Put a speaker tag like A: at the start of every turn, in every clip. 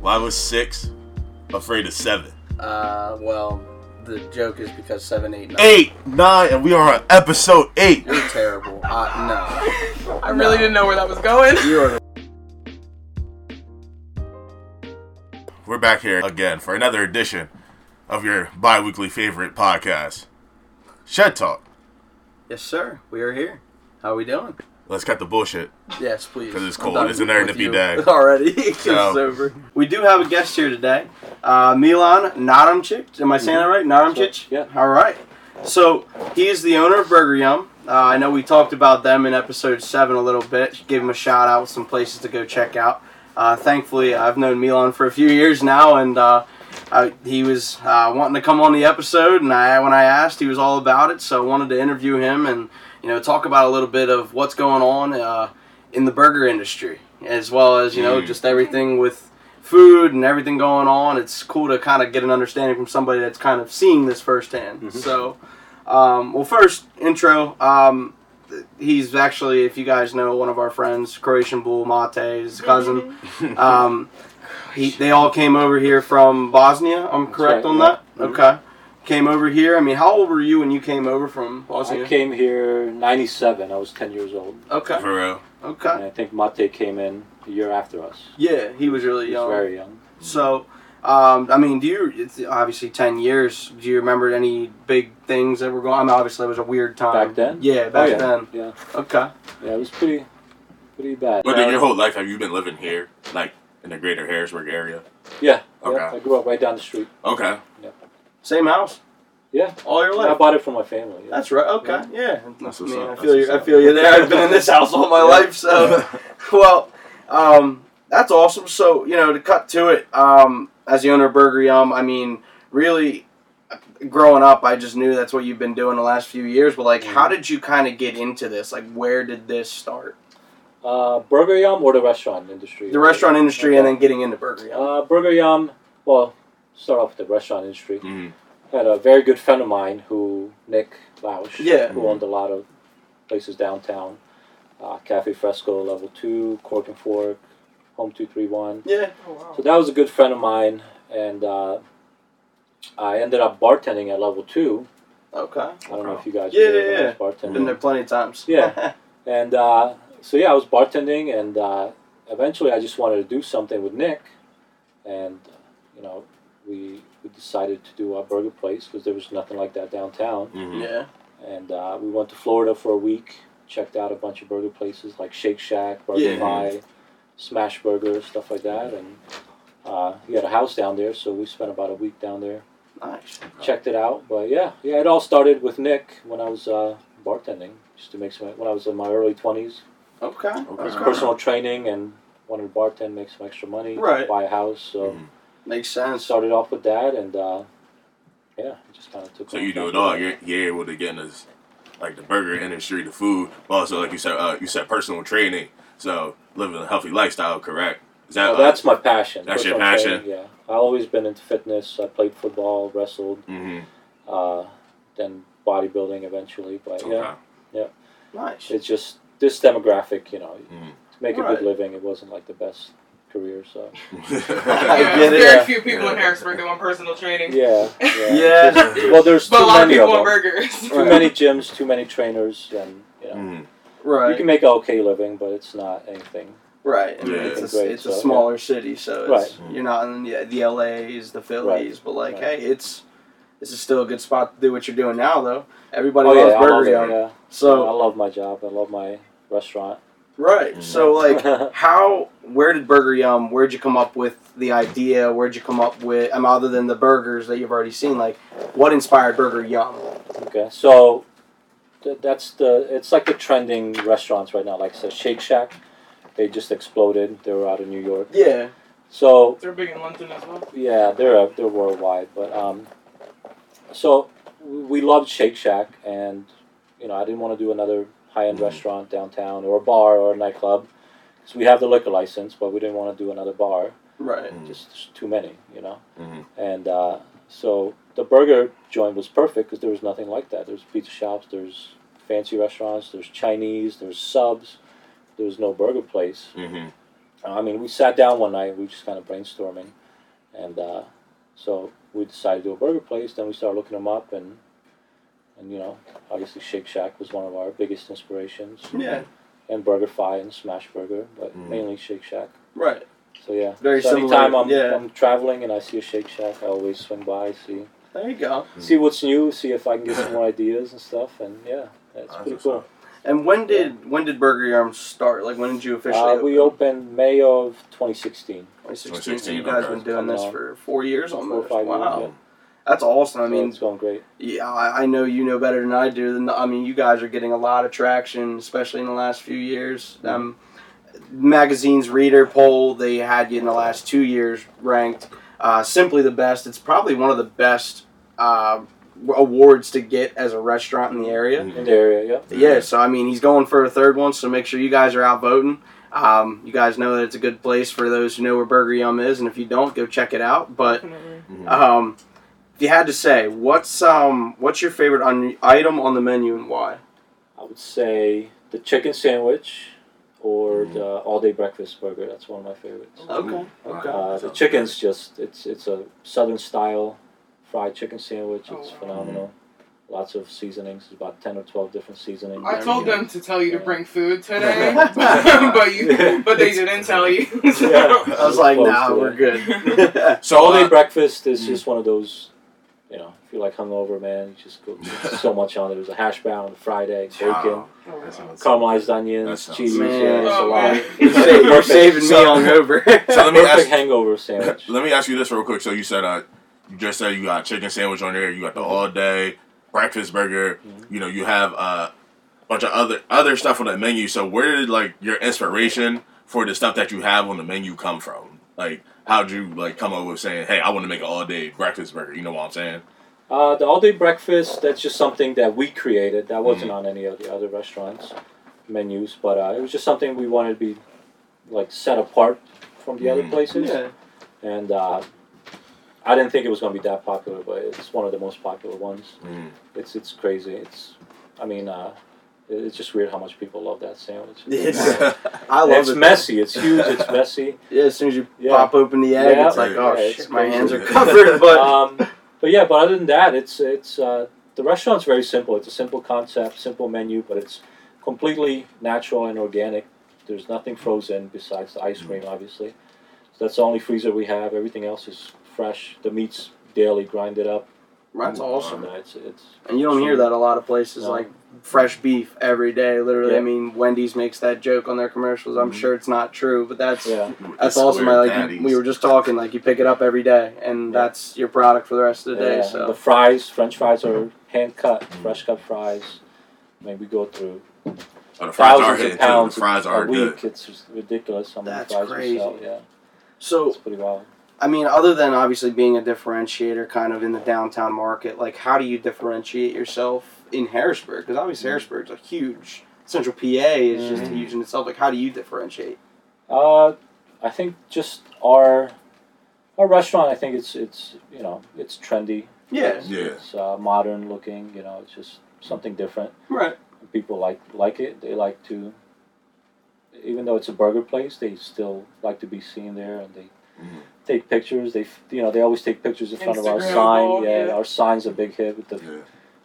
A: Why was six afraid of seven?
B: Uh, well, the joke is because seven, eight, nine.
A: Eight, nine, and we are on episode eight.
B: You're terrible. Uh,
C: I really didn't know where that was going.
B: no. You are.
A: We're back here again for another edition of your bi weekly favorite podcast, Shed Talk.
B: Yes, sir. We are here. How we doing?
A: Let's cut the bullshit.
B: Yes, please.
A: 'Cause it's
B: I'm
A: cold.
B: done
A: It's an iron
B: with
A: nippy
B: you
A: dag.
B: Already. it's
A: So-
B: over. We do have a guest here today. Uh, Milan Naramchik. Am I saying that right? Naramchik?
D: Yeah.
B: All right. So, he is the owner of Burger Yum. Uh, I know we talked about them in episode 7 a little bit. Gave him a shout out with some places to go check out. Uh, thankfully, I've known Milan for a few years now, and uh, I, he was uh, wanting to come on the episode, and I when I asked, he was all about it. So I wanted to interview him and you know talk about a little bit of what's going on uh, in the burger industry, as well as you know
A: Mm.
B: just everything with food and everything going on. It's cool to kind of get an understanding from somebody that's kind of seeing this firsthand. So, um, well, first intro. Um, th- He's actually, if you guys know, one of our friends, Croatian Bull Mate,
C: Mm-hmm.
B: his cousin. Um, he, they all came over here from Bosnia. I'm correct
D: right,
B: on
D: yeah. Mm-hmm.
B: that. Okay, came over here. I mean, how old were you when you came over from Bosnia?
D: I came here '97. I was 10 years old,
B: Okay,
A: For real.
D: and
B: okay.
D: I think Mate came in a year after us.
B: Yeah, he was really
D: He
B: young.
D: was very young.
B: So, um, I mean, do you? It's obviously ten years. Do you remember any big things that were going? I mean, obviously it was a weird time
D: Back then? Oh,
B: Yeah, back
D: yeah.
B: then.
D: Yeah,
B: Okay.
D: yeah, it was pretty, pretty bad.
A: But then
D: Uh,
A: your whole life, have you been living here, like in the greater Harrisburg area?
D: yeah,
A: Okay.
D: yeah, I grew up right down the street.
A: Okay.
B: Same house.
D: Yeah.
B: All your
D: I
B: life.
D: bought it for my family. Yeah.
B: That's right. Okay. Yeah.
A: That's
B: I,
A: what's
B: mean,
A: up.
B: I feel
A: That's
B: you. I
A: what's
B: feel you there. I've been in this house all my
D: Yeah.
B: life, so. well, um, that's awesome. So you know, to cut to it, um, as the owner of Burger Yum, I mean, really, growing up, I just knew that's what you've been doing the last few years. But like, how did you kind of get into this? Like, where did this start?
D: Uh, Burger Yum or the restaurant industry?
B: The restaurant industry, and then getting into Burger Yum.
D: Uh, Burger Yum. Well, start off with the restaurant industry.
A: Mhm.
D: Had a very good friend of mine who Nick Lausch,
B: Yeah.
D: who owned a lot of places downtown, uh, Cafe Fresco, Level Two, Cork and Fork, Home Two Three One.
B: Yeah.
C: Oh, wow.
D: So that was a good friend of mine, and uh, I ended up bartending at Level Two.
B: Okay.
D: I don't know if you guys
B: Yeah,
D: remember
B: yeah,
D: when I
B: yeah.
D: was
B: Been
D: bartending.
B: there plenty of times.
D: Yeah. And uh, so yeah, I was bartending, and uh, eventually I just wanted to do something with Nick, and you know, we we decided to do our burger place because there was nothing like that downtown,
A: Mhm.
B: yeah.
D: and uh, we went to Florida for a week, checked out a bunch of burger places like Shake Shack, Burger
B: Yeah.
D: Fi, Smash Burger, stuff like that, and. Uh, he had a house down there, so we spent about a week down there,
B: Nice.
D: checked it out. But yeah, yeah, it all started with Nick when I was uh, bartending, just to make some. When I was in my early twenties,
B: Okay.
A: Okay.
B: okay.
D: personal training and wanted to bartend, make some extra money,
B: Right. Mm-hmm.
D: buy a house. So
A: Mhm.
B: Makes
D: I
B: sense.
D: started off with that, and uh, yeah, it just kind of took.
A: So
D: off
A: you do it
D: after
A: all.
D: that.
A: You're, you're able to get in this, like the burger industry, the food, but also like you said, uh, you said personal training. So living a healthy lifestyle, correct? Is that
D: So
A: uh,
D: Oh, that's my passion.
A: that's your
D: personal
A: passion?
D: training, yeah, I've always been into fitness. I played football, wrestled,
A: mhm.
D: uh, then bodybuilding eventually. But
A: Okay.
D: yeah,
B: Nice.
D: it's just this demographic. You know,
B: Mm.
A: Mhm.
D: to make a
B: Right.
D: good living, it wasn't like the best career. So
B: I
C: yeah,
B: get it,
C: very
B: yeah.
C: few people in Harrisburg that want personal training.
D: yeah, yeah.
B: Yeah.
A: Mm-hmm.
D: Well, there's
C: But a
D: too
C: lot of
D: many
C: people
D: of
C: want
D: them.
C: burgers.
D: Too many gyms, too many trainers, and you know,
A: Mhm.
B: Mm. Right.
D: You can make an okay living, but it's not anything.
B: Right. I mean,
A: Yeah.
B: it's, a,
D: Great,
B: it's a
D: so, yeah.
B: smaller city, so it's,
A: Right.
B: you're not in the, the LAs, the Phillies, but like,
D: Right.
B: hey, it's this is still a good spot to do what you're doing now, though. Everybody
D: oh,
B: loves
D: yeah, I love
B: Burger
D: it,
B: Yum,
D: yeah. I
B: so
D: love my job. I love my restaurant.
B: right.
A: Mhm.
B: So
D: Mm-hmm.
B: like, how? Where did Burger Yum? Where'd you come up with the idea? Where'd you come up with? I mean, other than the burgers that you've already seen, like, what inspired Burger Yum?
D: okay, so th- that's the. It's like the trending restaurants right now. Like I said, Shake Shack, they just exploded. They were out of New York.
B: Yeah.
D: So
C: They're big in London as well.
D: yeah, they're uh, they're worldwide. But um, so we loved Shake Shack, and you know I didn't want to do another high end
A: Mhm.
D: restaurant downtown or a bar or a nightclub because we have the liquor license, but we didn't want to do another bar.
B: Right.
D: just, just too many, you know.
A: Mhm.
D: And uh, so the burger joint was perfect because there was nothing like that. There's pizza shops, there's fancy restaurants, there's Chinese, there's subs. There was no burger place,
A: Mhm.
D: I mean, we sat down one night. We were just kind of brainstorming, and uh, so we decided to do a burger place. Then we started looking them up, and and you know, obviously Shake Shack was one of our biggest inspirations,
B: Yeah.
D: and BurgerFi and Smash Burger, but
A: Mm.
D: mainly Shake Shack.
B: Right.
D: So yeah,
B: Very
D: so
B: similar,
D: anytime I'm,
B: yeah.
D: I'm traveling and I see a Shake Shack, I always swing by, see
B: There you go.
A: Mm.
D: see what's new, see if I can get some more ideas and stuff, and yeah, that's
A: That's
D: pretty
A: what's
D: cool.
A: up.
B: And when did when did Burger Yarm start? Like when did you officially?
D: Uh, we opened May of 2016.
B: 2016. So
A: 2016,
B: you guys
A: okay.
B: been doing this
D: Come on.
B: for four years almost.
D: five years,
B: wow,
D: yeah.
B: that's awesome. I
D: so
B: mean,
D: it's going great.
B: yeah, I I know you know better than I do. Than I mean, you guys are getting a lot of traction, especially in the last few years. Um, magazines reader poll they had you in the last two years ranked uh, simply the best. It's probably one of the best uh, awards to get as a restaurant in the area.
D: In the area, yeah.
B: Yeah, so I mean, he's going for a third one, so make sure you guys are out voting. Um, you guys know that it's a good place for those who know where Burger Yum is, and if you don't, go check it out. But
C: Definitely.
A: Mm-hmm.
B: um, if you had to say, what's um, what's your favorite un- item on the menu and why?
D: I would say the chicken sandwich or
A: Mm.
D: the all-day breakfast burger. That's one of my favorites.
B: Okay, okay.
D: Uh, the chicken's just it's it's a southern style fried chicken sandwich.
C: Oh,
D: It's
C: wow.
D: phenomenal. Lots of seasonings. There's about ten or twelve different seasonings.
C: I told them to tell you to bring food today,
B: Yeah.
C: but you, but they didn't tell you. so-
D: Yeah.
B: I was like,
D: Close
B: nah,
D: to
B: we're
D: it.
B: good.
A: So
D: all day
A: uh,
D: breakfast is
A: Mm.
D: just one of those, you know, if you're like hungover, man, you just go there's so much on there. There's a hash brown, fried egg, bacon,
A: Wow.
C: Oh, wow.
D: caramelized
A: That
D: onions,
A: sounds-
D: cheese,
B: Man.
D: yeah,
C: Oh,
D: salami.
C: man.
B: You're saving- you're saving me
A: So-
B: on over.
A: so let me
D: Perfect
A: ask.
D: hangover sandwich.
A: Let me ask you this real quick. So you said uh, you just said you got chicken sandwich on there. You got the all day breakfast burger.
D: Mhm.
A: You know you have a uh, bunch of other other stuff on the menu. So where did like your inspiration for the stuff that you have on the menu come from? Like how'd you like come up with saying, hey, I want to make an all day breakfast burger? You know what I'm saying?
D: Uh, the all-day breakfast. That's just something that we created. That
A: Mm.
D: wasn't on any of the other restaurants' menus, but uh, it was just something we wanted to be like set apart from the other
A: Mhm.
D: places.
B: yeah.
D: And uh, I didn't think it was going to be that popular, but it's one of the most popular ones.
A: Mm.
D: It's it's crazy. It's I mean, uh, it- it's just weird how much people love that sandwich.
B: It's- I love
D: it's
B: it.
D: messy. It's huge. It's messy.
B: Yeah, as soon as you
D: Yeah.
B: pop open the egg,
D: Yeah.
B: it's like, oh
D: Yeah,
B: shit,
D: it's
B: my hands are
A: crazy.
B: covered. But
D: um, but yeah, but other than that, it's it's uh, the restaurant's very simple. It's a simple concept, simple menu, but it's completely natural and organic. There's nothing frozen besides the ice cream, obviously. So that's the only freezer we have. Everything else is fresh. The meat's daily grinded up.
B: that's awesome.
D: And, uh, it's it's
B: And you don't hear that a lot of places
D: No.
B: like fresh beef every day. Literally, I
D: Yeah.
B: mean, Wendy's makes that joke on their commercials. I'm
A: Mhm.
B: sure it's not true, but that's
D: Mm-hmm. yeah.
A: It's
B: that's awesome. I
A: square
B: like you,
A: patties.
B: we were just talking like you pick it up every day, and
D: Yeah.
B: that's your product for the rest of the day.
D: Yeah,
B: So
D: The fries, French fries are hand cut,
A: Mm.
D: fresh cut fries. I mean, we go through
A: Oh, the fries are
D: thousands
A: good.
D: of
A: too. The
D: pounds
A: fries
D: a
A: are
D: week.
A: good.
D: It's just ridiculous how many
B: That's
D: fries we sell.
B: crazy.
D: Yeah,
B: so
D: it's pretty wild.
B: I mean, other than obviously being a differentiator, kind of in the downtown market, like how do you differentiate yourself in Harrisburg? Because obviously
D: Mm-hmm.
B: Harrisburg's a huge Central PA is just
A: Mhm.
B: huge in itself. Like, how do you differentiate?
D: Uh, I think just our our restaurant. I think it's it's you know it's trendy.
B: Yeah,
D: It's,
A: Yeah.
D: it's, uh, modern looking. You know, it's just something different.
B: right.
D: People like like it. They like to. Even though it's a burger place, they still like to be seen there, and they
A: Mhm.
D: take pictures. They f- you know they always take pictures in front of our
C: Instagram
D: sign.
C: bulb,
D: Yeah,
C: yeah.
D: our sign's a big hit with the.
A: Yeah.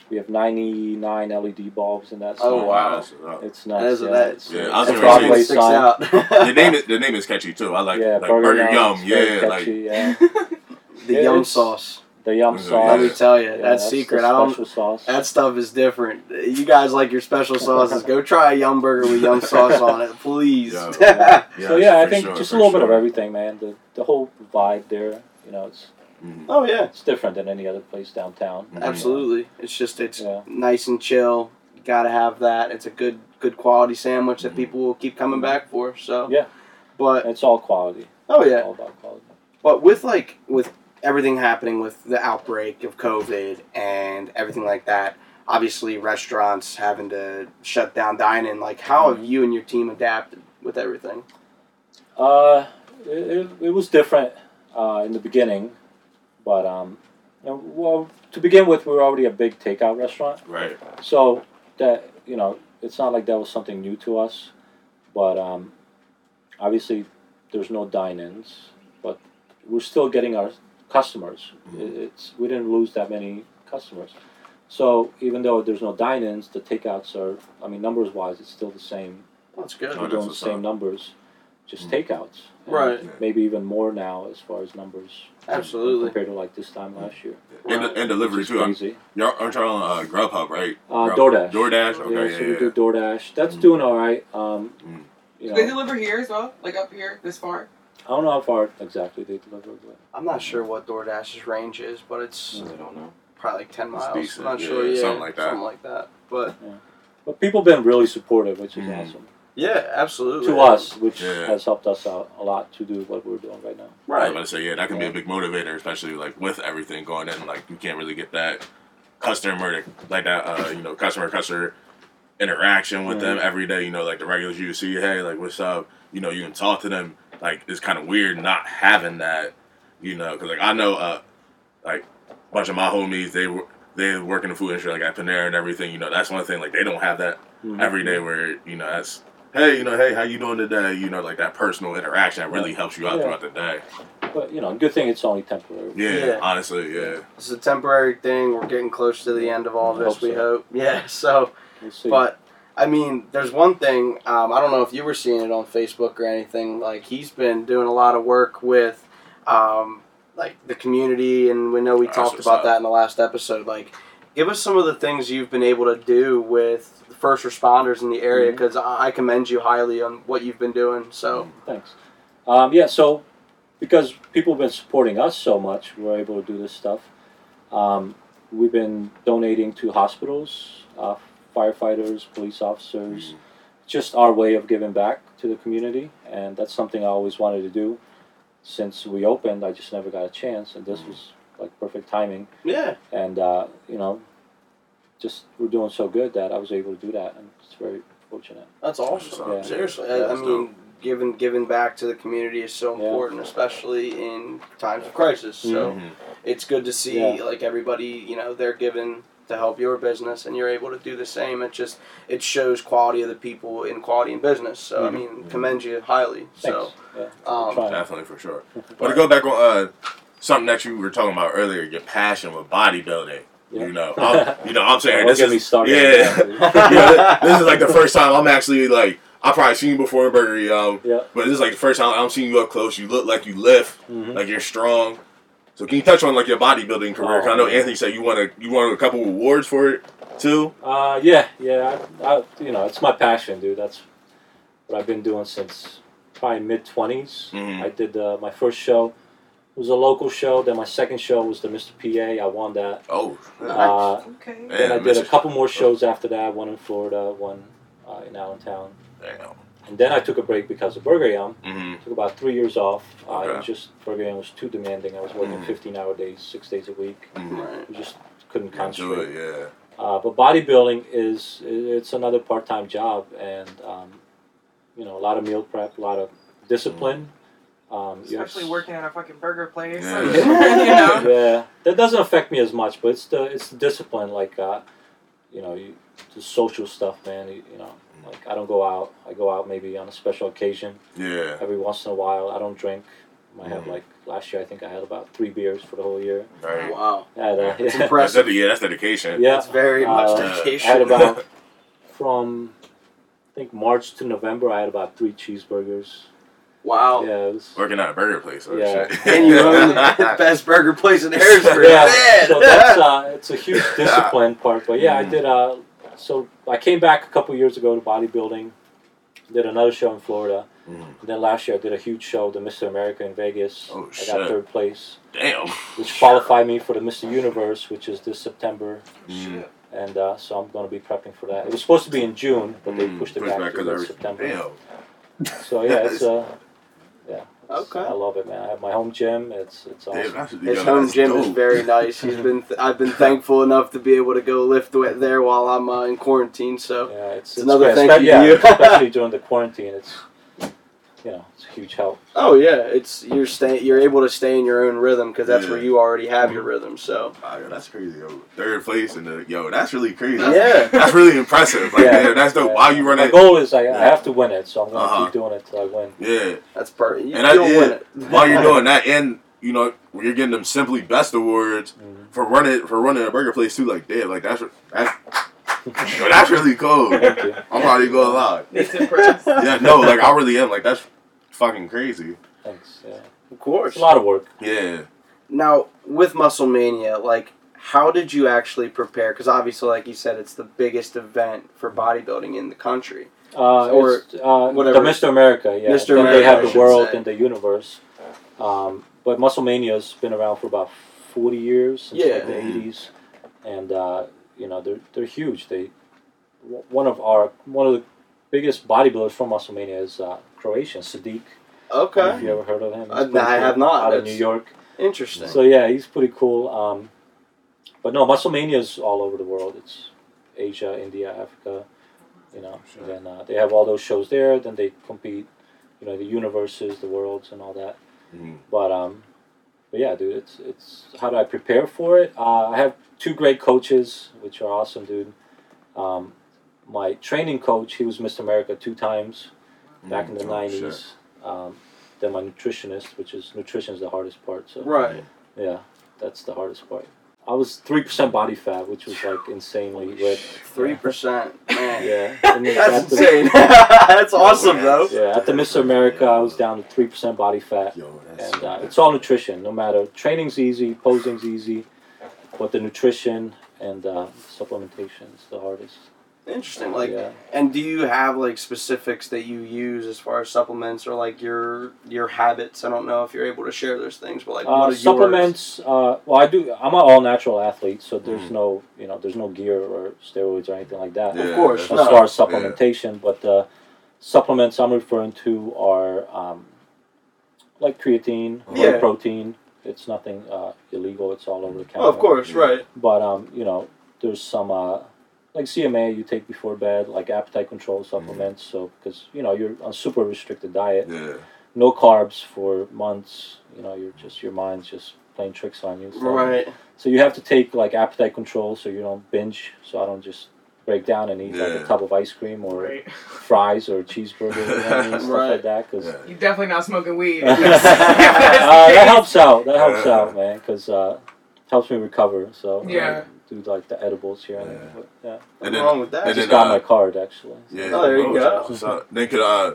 D: We have ninety nine LED bulbs in that sign.
B: Oh, wow.
A: That's- uh,
D: It's
B: That
D: nuts.
B: is-
D: Yeah,
B: that-
D: it's-
A: Yeah, I
D: it's
A: was
D: a
A: gonna
D: Broadway
A: say-
B: sticks
D: sign.
B: out.
A: the name is the name is catchy too. I like
D: yeah,
A: like Burger,
D: Yum,
A: Yum.
D: it's very
A: Yeah,
D: catchy,
A: like
D: yeah.
B: the
D: Yeah,
B: yum
D: it's-
B: sauce.
D: The
A: Yeah.
D: yum
B: Let
D: sauce.
B: me tell you,
D: Yeah,
B: that's secret.
D: the
B: I don't.
D: Special sauce.
B: That stuff is different. You guys like your special sauces. Go try a yum burger with yum sauce on it, please.
D: Yeah. so yeah, I
A: for
D: think
A: sure,
D: just a
A: for
D: little bit of
A: sure.
D: everything, man. The the whole vibe there, you know, it's
A: Mhm.
B: oh yeah,
D: it's different than any other place downtown.
A: Mhm.
B: absolutely. It's just it's
D: Yeah.
B: nice and chill. Got to have that. It's a good good quality sandwich that people will keep coming back for. So
D: Mm-hmm. Yeah.
B: but
D: It's all quality.
B: oh yeah,
D: All about quality.
B: But with like with everything happening with the outbreak of COVID and everything like that, obviously restaurants having to shut down dining, like how have you and your team adapted with everything?
D: Uh, it, it, it was different uh, in the beginning, but um, you know, well, to begin with, we were already a big takeout restaurant.
A: Right.
D: So that you know, it's not like that was something new to us, but um, obviously There's no dine-ins, but we're still getting our customers. I- It's we didn't lose that many customers. So even though there's no dine-ins, the takeouts are. I mean, numbers-wise, it's still the same.
B: That's good.
A: Oh,
D: We're
A: that's
D: doing the
A: what's
D: same
A: up.
D: numbers, just
A: Mm.
D: takeouts. And
B: Right.
D: Maybe even more now as far as numbers
B: Absolutely.
D: compared to like this time last year.
A: And,
B: Right.
A: and delivery
D: It's
A: too. I'm-
D: crazy.
A: Y'all aren't y'all on uh, Grubhub, right?
D: Uh,
A: Grub-
D: DoorDash.
A: DoorDash.
D: yeah,
A: Okay,
D: so
A: yeah,
D: we
A: yeah.
D: do DoorDash. That's
A: Mm.
D: doing all right. Um,
A: Mm.
D: you know,
C: They deliver here as well, like up here, this far.
D: I don't know how far exactly they deliver, but
B: I'm not sure what DoorDash's range is, but it's
C: I don't know.
B: probably like 10
A: It's
B: miles.
A: decent,
B: I'm not
A: yeah,
B: sure. Yeah,
A: something like that.
B: Something like that. But
D: but people have been really supportive, which is
A: Mm.
D: awesome
B: yeah, absolutely.
D: to us, which
A: Yeah.
D: has helped us out a lot to do what we're doing right now.
A: I was
B: Right.
A: about to say, yeah, that can be a big motivator, especially like with everything going in. Like you can't really get that customer like that, uh, you know, customer customer interaction with them every day. You know, like the regulars you see, hey, like what's up? You know, you can talk to them. Like it's kind of weird not having that. You know, because like I know, uh, like a bunch of my homies, they were they work in the food industry, like at Panera and everything. You know, that's one thing. Like they don't have that
D: Mm-hmm.
A: every day where you know that's hey you know hey how you doing today you know like that personal interaction that really helps you out
D: Yeah.
A: throughout the day
D: But you know, good thing it's only temporary.
A: yeah,
B: Yeah.
A: honestly yeah
B: It's a temporary thing. We're getting close to the end of all
D: I
B: this,
D: hope
B: we
D: so.
B: hope. Yeah, so.
D: We'll see.
B: But I mean, there's one thing. Um, I don't know if you were seeing it on Facebook or anything. Like he's been doing a lot of work with, um, like the community, and we know we
A: That's
B: talked
A: what's
B: about
A: up.
B: that in the last episode. Like, give us some of the things you've been able to do with the first responders in the area,
D: Mhm.
B: because I-, I commend you highly on what you've been doing. So
D: Thanks. Um, yeah, so because people have been supporting us so much, we're able to do this stuff. Um, we've been donating to hospitals, uh, firefighters, police officers,
A: Mm-hmm.
D: just our way of giving back to the community. And that's something I always wanted to do. Since we opened, I just never got a chance, and this
A: Mm.
D: was like perfect timing.
B: yeah,
D: And, uh, you know, just we're doing so good that I was able to do that, and it's very fortunate.
B: that's awesome.
D: Yeah.
B: Seriously,
A: Yeah,
B: I, I
A: that's
B: mean. Giving, giving back to the community is so
D: Yeah. Mm-hmm.
B: important, especially in times of crisis. So,
A: Mhm.
B: it's good to see
D: Yeah.
B: like everybody you know they're given to help your business and you're able to do the same it just it shows quality of the people in quality in business so
D: Mhm.
B: i mean commend you highly
D: Thanks.
B: so
D: Yeah.
B: um,
D: Try.
A: definitely for sure but to go back on uh something that you were talking about earlier your passion with bodybuilding
D: Yeah.
A: you know I'm, you know i'm saying
D: Don't
A: this
D: get me
A: is
D: started.
A: yeah You know, th- this is like the first time i'm actually like i probably seen you before in burger um
D: Yeah.
A: but this is like the first time i'm seeing you up close you look like you lift
D: Mhm.
A: like you're strong. So can you touch on like your bodybuilding career? 'Cause I know
D: Oh.
A: Anthony said you won a you won a couple awards for it too.
D: Uh, yeah, yeah. I, I, you know, it's my passion, dude. That's what I've been doing since probably mid 20s
A: Mhm.
D: I did uh, my first show was a local show. Then my second show was the Mr. PA. I won that.
A: Oh,
D: Uh,
C: Okay.
A: Yeah,
D: then I did a
A: Mr.
D: couple more shows after that. One in Florida, one uh, in Allentown.
A: damn.
D: And then I took a break because of Burger Yum.
A: Mm-hmm.
D: Took about three years off. I
A: Okay.
D: was just Burger Yum was too demanding. I was working
A: Mhm.
D: 15 hour days, six days a week.
A: mm-hmm.
B: right.
D: I just couldn't
A: Do
D: concentrate.
A: it, yeah.
D: Uh, but bodybuilding is it's another part-time job, and um, you know a lot of meal prep, a lot of discipline. Um, you have-
C: Especially working at a fucking burger place.
A: Yeah.
C: you know?
D: Yeah, that doesn't affect me as much, but it's the it's the discipline, like uh, you know, you, the social stuff, man. You, you know, like I don't go out. I go out maybe on a special occasion
A: Yeah.
D: every once in a while. I don't drink. I have
A: Mhm.
D: like last year. I think I had about three beers for the whole year.
A: Right.
B: wow
D: I had, uh,
A: It's
D: yeah,
A: That's
B: impressive
A: dedi- yeah, that's dedication.
D: yeah.
B: that's very
D: Uh,
B: much
D: I had
B: dedication
D: about from I think March to November. I had about three cheeseburgers.
B: wow
A: Oh.
D: Yeah, it was,
A: Working at a burger place. Oh,
D: Yeah.
A: shit.
B: and you own the best burger place in harrisburg
D: yeah.
B: Man.
D: So that's uh, it's a huge discipline part. But
A: Mm.
D: yeah, I did. Uh, so I came back a couple years ago to bodybuilding. Did another show in Florida.
A: Mhm.
D: And then last year I did a huge show, the Mr. America in Vegas.
A: Oh,
D: I
A: shit.
D: got third place,
A: Damn.
D: which qualified me for the Mr. Universe, which is this September.
A: Mm.
D: And uh, so I'm going to be prepping for that. It was supposed to be in June, but they
A: Mm,
D: pushed it
A: pushed back
D: back,
A: 'cause
D: to
A: every-
D: September.
A: Damn.
D: So yeah, it's uh, yeah. it's-
B: Okay.
D: I love it, man. I have my home gym. It's it's
A: Damn.
D: awesome.
A: That's, yo,
B: His home
A: that's
B: gym is
A: dope.
B: very nice. He's been th- I've been thankful enough to be able to go lift wi- there while I'm uh, in quarantine. So
D: Yeah, it's,
B: It's another
D: great,
B: thank you to
D: espe- yeah,
B: you.
D: especially during the quarantine. It's you know, it's a huge help.
B: Oh yeah, it's you're stay, you're able to stay in your own rhythm because that's
A: Yeah.
B: where you already have your rhythm. So
A: Wow, Ah, yo, that's crazy. Yo. Third place and the yo, that's really crazy.
B: yeah,
A: That's really impressive. Like,
D: Yeah.
A: yeah, that's dope.
D: Yeah.
A: Wow, you run
D: My
A: it.
B: oh.
D: goal is I, I
A: Yeah.
D: have to win it, so I'm gonna
A: Uh-huh.
D: keep doing it till I win.
A: Yeah.
B: that's perfect. You,
A: And I-
B: you'll
A: yeah,
B: win it.
A: While you're doing that, and you know you're getting them simply best awards
B: Mm-hmm.
D: Mhm.
A: for running for running a burger place too. Like, damn, like that's that's yo, that's really cool.
D: Thank you.
A: I'm probably going loud.
C: It's impressed.
A: Yeah, no, like I really am. Like that's fucking crazy.
D: Thanks. Yeah.
B: of
D: It's
B: course.
D: a lot of work.
A: Yeah.
B: Now with Muscle Mania, like how did you actually prepare? Because obviously, like you said, it's the biggest event for bodybuilding in the country.
D: Uh,
B: Or
D: it's, uh,
B: whatever.
D: the Mr. America, yeah.
B: Mr.
D: Then
B: America,
D: they
B: I
D: have
B: should
D: the world
B: say.
D: and the universe. Um, but Musclemania's been around for about forty years since
B: Yeah.
D: like the
A: Mhm.
D: eighties, and uh, you know they're they're huge. They w- one of our one of the biggest bodybuilders from Musclemania is uh, Croatian Sadiq. I don't know
B: Okay,
D: If you ever heard of him,
B: Uh,
D: He's
B: no,
D: pretty
B: I
D: cool,
B: have not.
D: Out of
B: That's-
D: New York.
B: interesting.
D: So yeah, he's pretty cool. Um, but no, Musclemania's all over the world. It's Asia, India, Africa. You know,
A: Sure.
D: and then uh, they have all those shows there. Then they compete. You know, the universes, the worlds, and all that.
A: Mhm.
D: But um, but yeah, dude, it's it's how do I prepare for it? Uh, I have two great coaches, which are awesome, dude. Um, my training coach, he was Mr. America two times back in the
A: Oh, shit.
D: nineties. Um, then my nutritionist, which is nutrition is the hardest part. So
B: right.
D: yeah, that's the hardest part. I was three percent body fat, which was like insanely rich.
B: Three percent, man.
D: Yeah, And then
B: That's
D: at the,
B: insane. That's awesome, though.
D: yeah. At the Miss America, I was down to three percent body fat,
A: Yo, that's
D: and uh, it's all nutrition. No matter training's easy, posing's easy, but the nutrition and uh, supplementation is the hardest.
B: Interesting. Like,
D: yeah.
B: and do you have like specifics that you use as far as supplements or like your your habits? I don't know if you're able to share those things, but like what
D: uh,
B: are
D: supplements. Uh, well, I do. I'm an all natural athlete, so there's
B: Mm.
D: no you know there's no gear or steroids or anything like that.
A: Yeah,
B: course,
A: that's-
D: as
B: No.
D: far as supplementation, but the supplements I'm referring to are um, like creatine, whey
B: Yeah.
D: protein. It's nothing uh, illegal. It's all over the
B: Yours?
D: counter.
B: Oh, of course, right.
D: But um, you know, there's some uh, like CMA you take before bed, like appetite control
B: Mm-hmm.
D: supplements. So because you know you're on super restricted diet,
A: Yeah.
D: no carbs for months. You know, you're just your mind's just playing tricks on you. So,
B: Right.
D: so you have to take like appetite control, so you don't binge. So I don't just break down and eat like
A: Yeah.
D: a tub of ice cream or
C: Right.
D: fries or cheeseburger, you know what I mean? stuff
B: Right.
D: like that. Because
A: Yeah.
C: You're definitely not smoking weed.
D: uh, that helps out. That helps
A: Yeah.
D: out, man. Because uh, helps me recover. So
C: Yeah.
D: I do like the edibles here. and
A: Yeah.
D: there, but, yeah.
A: And
B: What's
A: then-
B: wrong with that?
D: I
A: and
D: just
A: then,
D: got
A: uh,
D: my card actually.
A: Yeah.
B: Oh, there you go.
A: So, then could uh,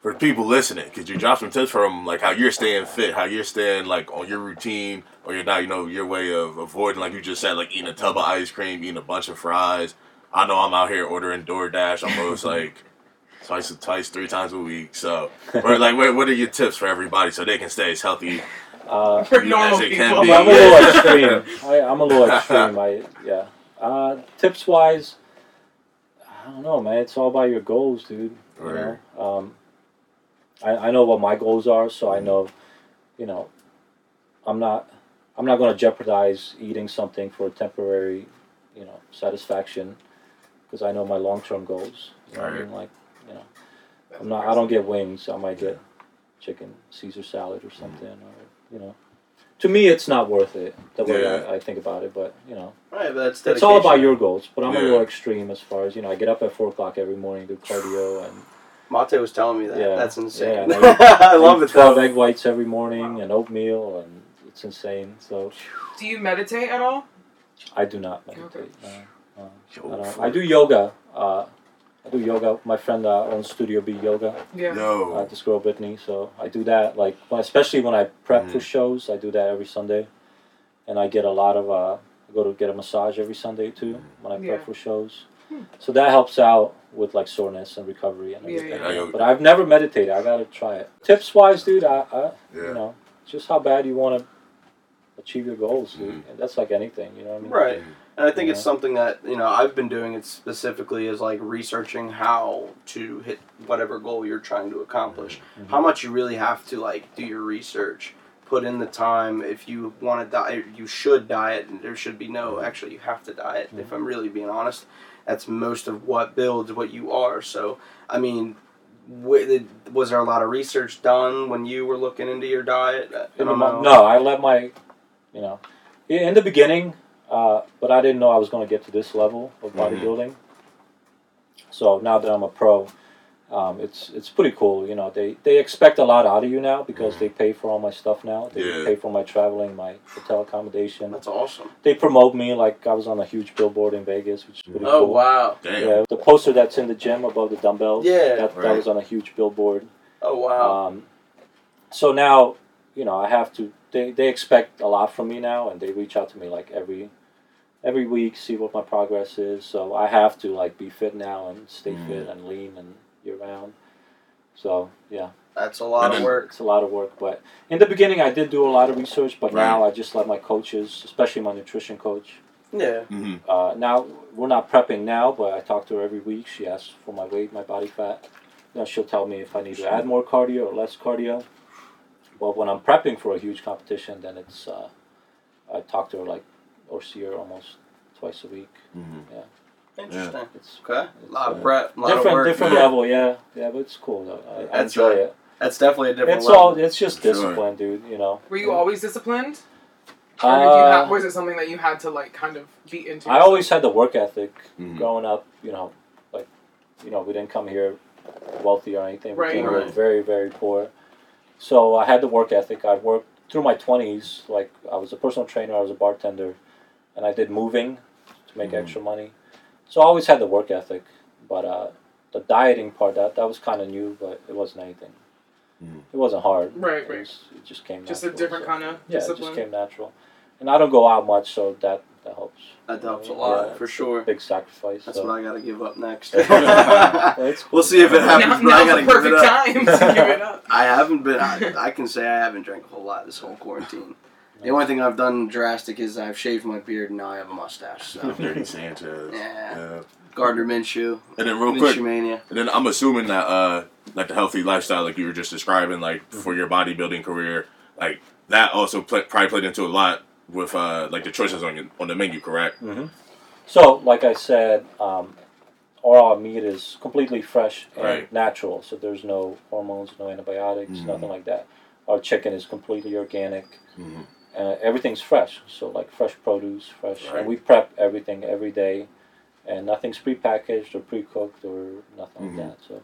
A: for people listening, could you drop some tips from like how you're staying fit, how you're staying like on your routine or your diet, you know, your way of avoiding like you just said, like eating a tub of ice cream, eating a bunch of fries. I know I'm out here ordering DoorDash almost like twice, twice, three times a week. So, or, like, what, what are your tips for everybody so they can stay as healthy?
D: Uh,
C: For
A: As
C: normal
A: it
C: people.
A: can
D: I'm,
A: be.
D: I'm a little extreme. I, I'm a little extreme. I yeah. Uh, tips wise, I don't know, man. It's all about your goals, dude. You know?
A: Right. Mm-hmm.
D: um, I, I know what my goals are, so I know, you know, I'm not I'm not going to jeopardize eating something for temporary, you know, satisfaction, because I know my long term goals. You know what I
A: Right.
D: mean? Like I'm not. I don't get wings. I might get chicken Caesar salad or something, or you know. To me, it's not worth it the way
A: Yeah.
D: I, I think about it. But you know,
B: Right, but that's
D: it's all about
B: dedication.
D: your goals. But I'm a
A: Yeah.
D: little extreme as far as you know. I get up at four o'clock every morning, do cardio, and
B: Mate was telling me that.
D: Yeah.
B: That's insane.
D: Yeah,
B: I love
D: eat
B: it
D: Twelve
B: though.
D: egg whites every morning, and oatmeal, and it's insane. So
C: Do you meditate at all?
D: I do not meditate. no. I,
A: Yo,
D: don't. I do yoga. Uh, I do yoga. My friend uh, owns Studio B Yoga.
C: Yeah.
D: uh,
A: Yo.
D: this girl Brittany. So I do that like when- especially when I prep for shows. I do that every Sunday, and I get a lot of uh, I go to get a massage every Sunday too when I prep
C: Yeah.
D: for shows. So that helps out with like soreness and recovery and
C: Yeah,
D: everything.
A: yeah. Yeah, I-
D: But I've never meditated. I gotta try it. Tips wise, dude, I, I you
A: Yeah.
D: know just how bad you want to achieve your goals, dude. And that's like anything, you know what I mean?
B: Right. And I think it's
D: Yeah.
B: something that, you know, I've been doing it specifically is like researching how to hit whatever goal you're trying to accomplish.
D: Mhm.
B: How much you really have to like do your research, put in the time. If you want to diet, you should diet. and There should be no, actually, you have to diet. If I'm really being honest, that's most of what builds what you are. So, I mean, wi- was there a lot of research done when you were looking into your diet? Uh, I don't know.
D: No, I let my, you know, i- in the beginning, uh, but I didn't know I was going to get to this level of
B: Mm-hmm.
A: Mhm.
D: bodybuilding. So now that I'm a pro, um, it's it's pretty cool. You know, they they expect a lot out of you now because
B: Mm-hmm.
D: they pay for all my stuff now. They
A: Yeah.
D: pay for my traveling, my hotel accommodation.
B: That's awesome.
D: They promote me like I was on a huge billboard in Vegas, which is pretty
B: Oh
D: cool.
B: wow!
A: Damn.
D: Yeah, the poster that's in the gym above the dumbbells.
B: Yeah.
D: that, that
A: Right.
D: was on a huge billboard.
B: Oh wow!
D: Um, so now, you know, I have to. They, they expect a lot from me now, and they reach out to me like every every week, see what my progress is. So I have to like be fit now and stay
A: Mm.
D: fit and lean and year round. So yeah,
B: That's a lot
A: and
B: of
A: then-
B: work.
D: it's a lot of work. But in the beginning, I did do a lot of research, but
A: Right.
D: now I just let my coaches, especially my nutrition coach.
B: Yeah.
A: Mm-hmm.
D: Uh, now we're not prepping now, but I talk to her every week. She asks for my weight, my body fat. Now she'll tell me if I need to add more cardio or less cardio. But when I'm prepping for a huge competition, then it's uh, I talk to her like or see her almost twice a week.
A: Mm-hmm.
B: Interesting.
D: It's
B: Okay. A lot of
D: Yeah.
B: prep. A lot of
D: different,
B: work.
D: different
A: yeah.
D: level, yeah, yeah, but it's cool though. I, I
B: That's
D: enjoy
B: right.
D: it.
B: That's definitely a different.
D: It's
B: level.
D: all it's just
A: Sure.
D: discipline, dude. You know.
C: Were you always disciplined? Or did you
D: Uh,
C: have, was it something that you had to like kind of beat into?
D: I always had the work ethic
A: Mhm.
D: growing up. You know, like you know, we didn't come here wealthy or anything. We
C: Right.
D: came here
B: Right.
D: very, very poor. So I had the work ethic. I worked through my twenties. Like I was a personal trainer. I was a bartender, and I did moving to make
A: Mhm.
D: extra money. So I always had the work ethic, but uh, the dieting part that that was kind of new, but it wasn't anything.
A: Mhm.
D: It wasn't hard.
C: Right,
D: It
C: right.
D: was- It just came.
C: just a
D: natural,
C: different
D: so-
C: kind of
D: Yeah, it just
C: discipline.
D: came natural, and I don't go out much, so that that helps
B: That helps a lot
D: Yeah.
B: for sure.
D: big sacrifice.
B: That's
D: so.
B: what I gotta give up next.
A: Well,
D: That's cool.
B: we'll see if it
C: now,
B: happens. but I gotta
C: now's the
B: give it
C: perfect
B: up.
C: time to give it up.
B: I haven't been. I, I can say I haven't drank a whole lot this whole quarantine. The only thing I've done drastic is I've shaved my beard and now I have a mustache. So
A: Dirty Sanchez.
B: Oh. Yeah.
A: yeah.
B: Gardner Minshew,
A: And then real quick,
B: Minshew mania.
A: And then I'm assuming that uh like the healthy lifestyle like you were just describing like
B: Mm-hmm.
A: for your bodybuilding career like that also pl- probably played into a lot with uh like the choices on your, on the menu correct
D: So, like I said, um, all our meat is completely fresh and
A: Right.
D: natural. So there's no hormones, no antibiotics,
A: Mhm.
D: nothing like that. Our chicken is completely organic.
A: Mhm.
D: Uh, everything's fresh. So like fresh produce, fresh,
A: Right.
D: and we prep everything every day, and nothing's prepackaged or pre-cooked or nothing
A: Mhm.
D: like that. So.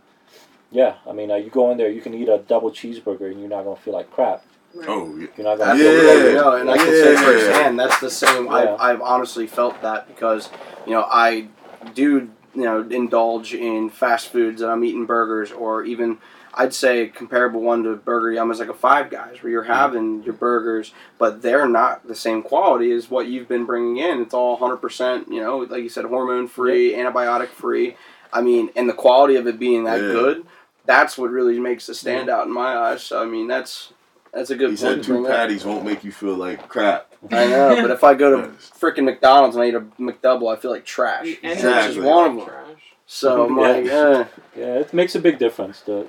D: Yeah, I mean, uh, you go in there, you can eat a double cheeseburger, and you're not gonna feel like crap.
A: oh yeah.
D: You're not gonna
B: That's
A: Yeah,
B: yeah,
D: feel bloated.
B: no, and I can say
A: yeah.
B: firsthand that's the same.
D: Yeah.
B: I've, I've honestly felt that because you know I do you know indulge in fast foods and I'm eating burgers or even I'd say comparable one to Burger Yum is like a Five Guys where you're
A: Mm-hmm.
B: having your burgers but they're not the same quality as what you've been bringing in. It's all 100 percent you know like you said hormone free, antibiotic free. I mean, and the quality of it being that
A: Yeah.
B: good, that's what really makes the standout in my eyes. So I mean, that's that's a good
A: He
B: point.
A: said
B: to
A: two
B: bring up.
A: patties won't make you feel like crap.
B: I know, but if I go to
A: Yes.
B: freaking McDonald's and I eat a McDouble, I feel like trash.
C: You end
B: So
C: up
B: That's
A: Exactly.
B: just one of them.
C: Trash.
B: So I'm like,
D: Yeah.
B: eh,
D: Yeah, it makes a big difference. The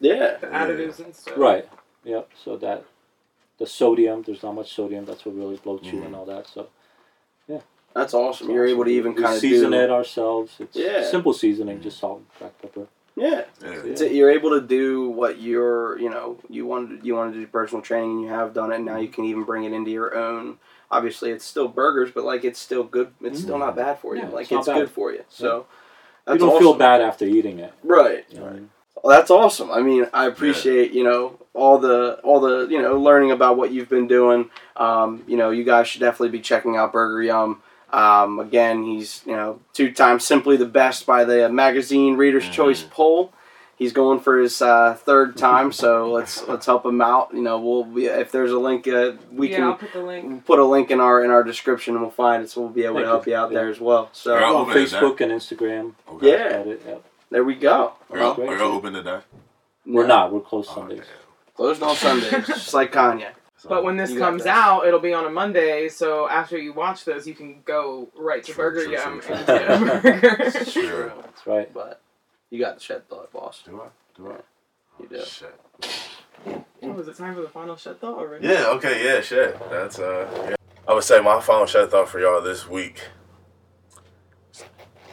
B: yeah,
C: The additives and stuff.
D: Right. Yep. So that the sodium, there's not much sodium. That's what really bloats you and all that. So
B: that's awesome. Mm-hmm. You're able to even
D: We
B: kind of
D: season
B: do,
D: it ourselves. It's
B: Yeah. Mm-hmm.
D: simple seasoning, just salt, and black pepper.
B: Yeah,
A: Yeah.
B: it's you're able to do what you're, you know, you wanted you wanted to do personal training and you have done it. And now you can even bring it into your own. Obviously, it's still burgers, but like it's still good. It's still not bad for you.
D: Yeah,
B: like
D: it's not
B: it's
D: bad.
B: good for you. So
D: Mm. you don't feel
B: awesome.
D: bad after eating it.
B: right?
D: You know what I mean?
B: Well, that's awesome. I mean, I appreciate you know all the all the you know learning about what you've been doing. Um, you know, you guys should definitely be checking out Burger Yum. Um, again, he's you know two times simply the best by the magazine Reader's
D: Mm-hmm.
A: Mhm.
B: Choice poll. He's going for his uh, third time, so let's let's help him out. You know, we'll be, if there's a link, uh, we
C: yeah, I'll put the link.
B: can put a link in our in our description and we'll find it. So we'll be able
D: Thank
B: to help
D: you.
B: you out
D: Yeah.
B: there as well. So
A: Yeah.
D: On
A: open to that.
D: Facebook and Instagram.
A: Okay.
B: Yeah.
D: Got it, yep.
B: there we go.
A: Are y'all,
D: Great.
A: are y'all open today?
D: We're not. We're closed
A: Oh,
D: Sundays.
A: damn.
B: closed on Sundays, just like Kanye.
A: So-
C: But when this
B: You got
C: comes
B: this.
C: out, it'll be on a Monday. So after you watch this, you can go right to
A: True,
C: Burger
A: true,
C: Yum
A: true,
C: and
D: true.
C: get a burger.
A: Sure.
D: That's right.
B: But you got the shed thought, boss.
A: do I? Do I?
B: You do.
A: Shit.
C: oh, is it time for the final shut though already?
A: Yeah. Okay. Yeah. Shit. That's uh. Yeah. I would say my final shut thought for y'all this week.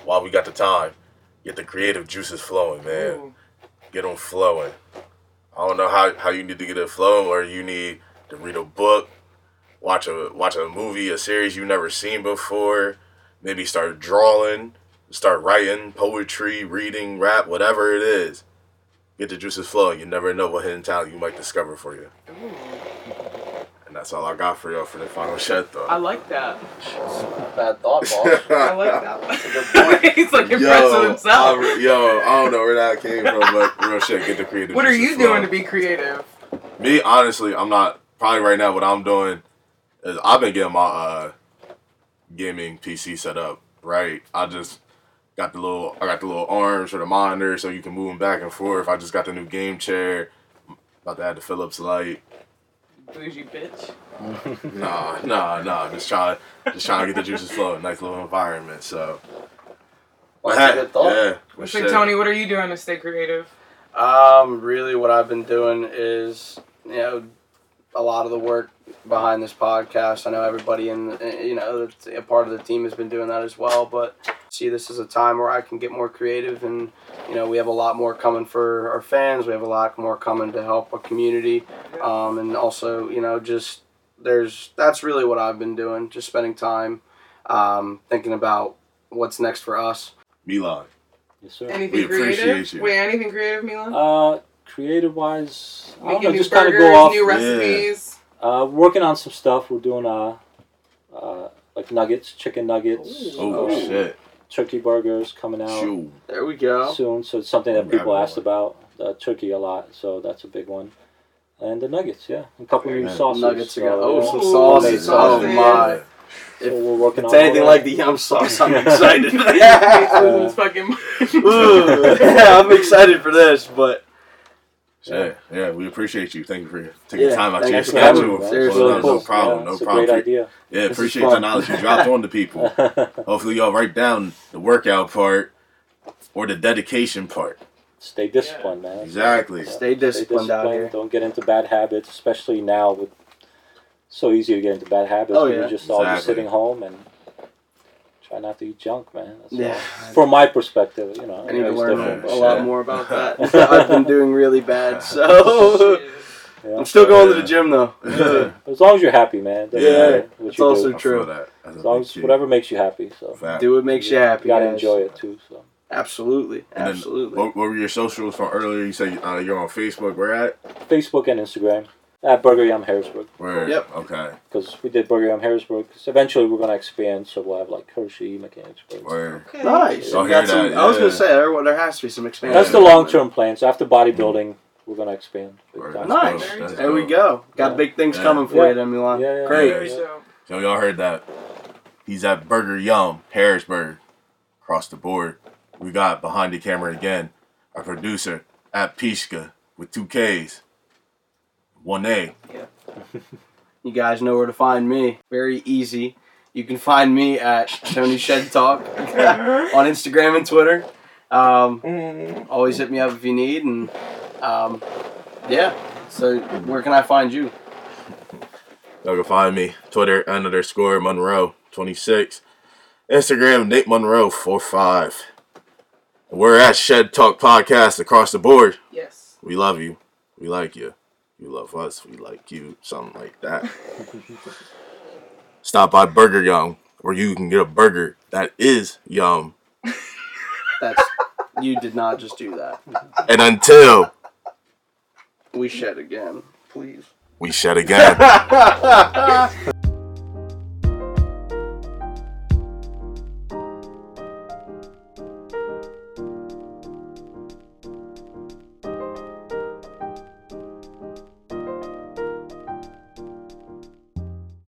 A: While we got the time, get the creative juices flowing, man.
C: Ooh.
A: get them flowing. I don't know how, how you need to get it flowing, or you need to read a book, watch a watch a movie, a series you've never seen before. Maybe start drawing, start writing poetry, reading, rap, whatever it is. Get the juices flowing. You never know what hidden talent you might discover for you. And that's all I got for y'all for the final shot, though.
C: I like that.
E: Bad thought, boss.
C: I like that.
E: That's
C: one. He's like impressed with himself.
A: I re- yo, I don't know where that came from, but real shit, get the creative.
C: what are
A: juices
C: you doing
A: flowing.
C: to be creative?
A: Me, honestly, I'm not. Probably right now, what I'm doing is I've been getting my uh, gaming PC set up. Right, I just got the little, I got the little arms for the monitor, so you can move them back and forth. I just got the new game chair. About to add the Phillips light.
C: Bougie bitch.
A: Nah, nah, nah. Just trying, just trying to get the juices flowing. Nice little environment. So,
E: a good thought.
A: yeah.
C: Well,
A: but
C: so
A: shit.
C: Tony, what are you doing to stay creative?
B: Um, really, what I've been doing is, you know, a lot of the work behind this podcast. I know everybody in, you know, that's a part of the team has been doing that as well. But see, this is a time where I can get more creative, and you know, we have a lot more coming for our fans. We have a lot more coming to help our community, um, and also, you know, just there's that's really what I've been doing, just spending time, um, thinking about what's next for us.
A: Milan.
D: Yes, sir.
C: Anything
A: We appreciate
C: creative?
A: you.
C: Wait, anything creative, Milan?
D: Uh, creative wise, I don't
C: Making
D: know,
C: new
D: just kind of
C: burgers,
D: go off.
C: new
A: Yeah.
C: recipes.
D: Uh, working on some stuff. We're doing uh, uh, like nuggets, chicken nuggets,
A: Oh
D: uh,
A: shit!
D: turkey burgers coming out
A: Shoot.
B: There we go.
D: soon. So it's something
A: I'm
D: that people
A: grabbing
D: asked about uh, turkey a lot. So that's a big one. And the nuggets, yeah, a couple new
A: Yeah.
D: sauces.
B: Nuggets again.
D: so-
B: Oh, some
C: Ooh,
B: sauces. Oh
D: sauces.
B: my.
D: so we're working
B: It's
D: on
B: anything
D: all
B: like
D: that.
B: the yum sauce. I'm excited.
C: Faces
D: Uh,
C: is fucking.
B: Ooh, yeah, I'm excited for this, but
A: Yeah, yeah, we appreciate you. Thank you for taking
B: Yeah,
A: time out of your
B: thanks for
D: having
A: schedule.
B: me, man.
A: for-
B: Seriously.
A: no, no
D: cool.
A: problem,
D: Yeah,
A: no
D: it's
A: problem.
D: a great idea.
A: yeah,
B: This is
A: appreciate the
B: fun.
A: knowledge you dropped on the people. Hopefully, y'all write down the workout part or the dedication part.
D: Stay disciplined, man. That's-
A: Exactly.
B: stay disciplined out here.
D: Don't get into bad habits, especially now with so easy to get into bad habits.
B: Oh,
D: when
B: yeah.
D: You're just always
A: Exactly.
D: sitting home and try not to eat junk, man. That's
B: Yeah,
D: all. From my perspective, you know.
B: I need to
D: everybody's
B: learn
D: different,
A: more.
B: a
D: but-
B: lot
A: Yeah.
B: more about that. I've been doing really bad, so
C: Shit.
D: yeah.
B: I'm still going to the gym though.
A: Yeah.
D: But as long as you're happy, man. it doesn't
A: Yeah.
D: matter what
B: It's
D: you
A: I
B: also-
D: do.
A: feel
B: True.
A: that. That's a
D: As long
A: big
D: as
A: key.
D: whatever makes you happy. So
A: Fact.
B: Do what makes you happy.
D: you gotta
B: guys.
D: enjoy it too. So
B: Absolutely,
A: And then-
B: absolutely.
A: What, what were your socials from earlier? You said uh, you're on Facebook. Where at?
D: Facebook and Instagram at Burger Yum Harrisburg
A: Where?
B: Yep.
A: Okay.
D: because we did Burger Yum Harrisburg. 'cause eventually we're gonna expand, so we'll have like Hershey, Mechanicsburg.
A: Where?
C: Okay.
B: nice.
A: Y'all
B: You got
A: hear
B: some-
A: that,
B: I was
A: yeah.
B: gonna say there, well, there has to be some expansion.
D: That's the long term plan. So after bodybuilding, we're gonna expand.
A: Where?
D: Big time.
B: Nice.
A: That's
B: There we
A: dope.
B: go. Got
D: Yeah.
B: big things
A: Yeah.
B: coming for you, then Milan.
D: Yeah, yeah,
B: Great.
C: Very dope.
A: So y'all heard that. He's at Burger Yum, Harrisburg, across the board. We got behind the camera again, our producer at Pishka with two K's. One A.
B: You guys know where to find me. Very easy. You can find me at Tony Shed Talk on Instagram and Twitter. Um,
D: Mm.
B: always hit me up if you need. And um, yeah, so where can I find you?
A: Y'all can find me Twitter underscore Monroe twenty six, Instagram Nate Monroe 45 We're at Shed Talk Podcast across the board.
C: Yes.
A: We love you. We like you. You love us. We like you. Something like that. Stop by Burger Yum, where you can get a burger that is yum.
B: That's you did not just do that.
A: And until
B: We shed again, please.
A: we shed again.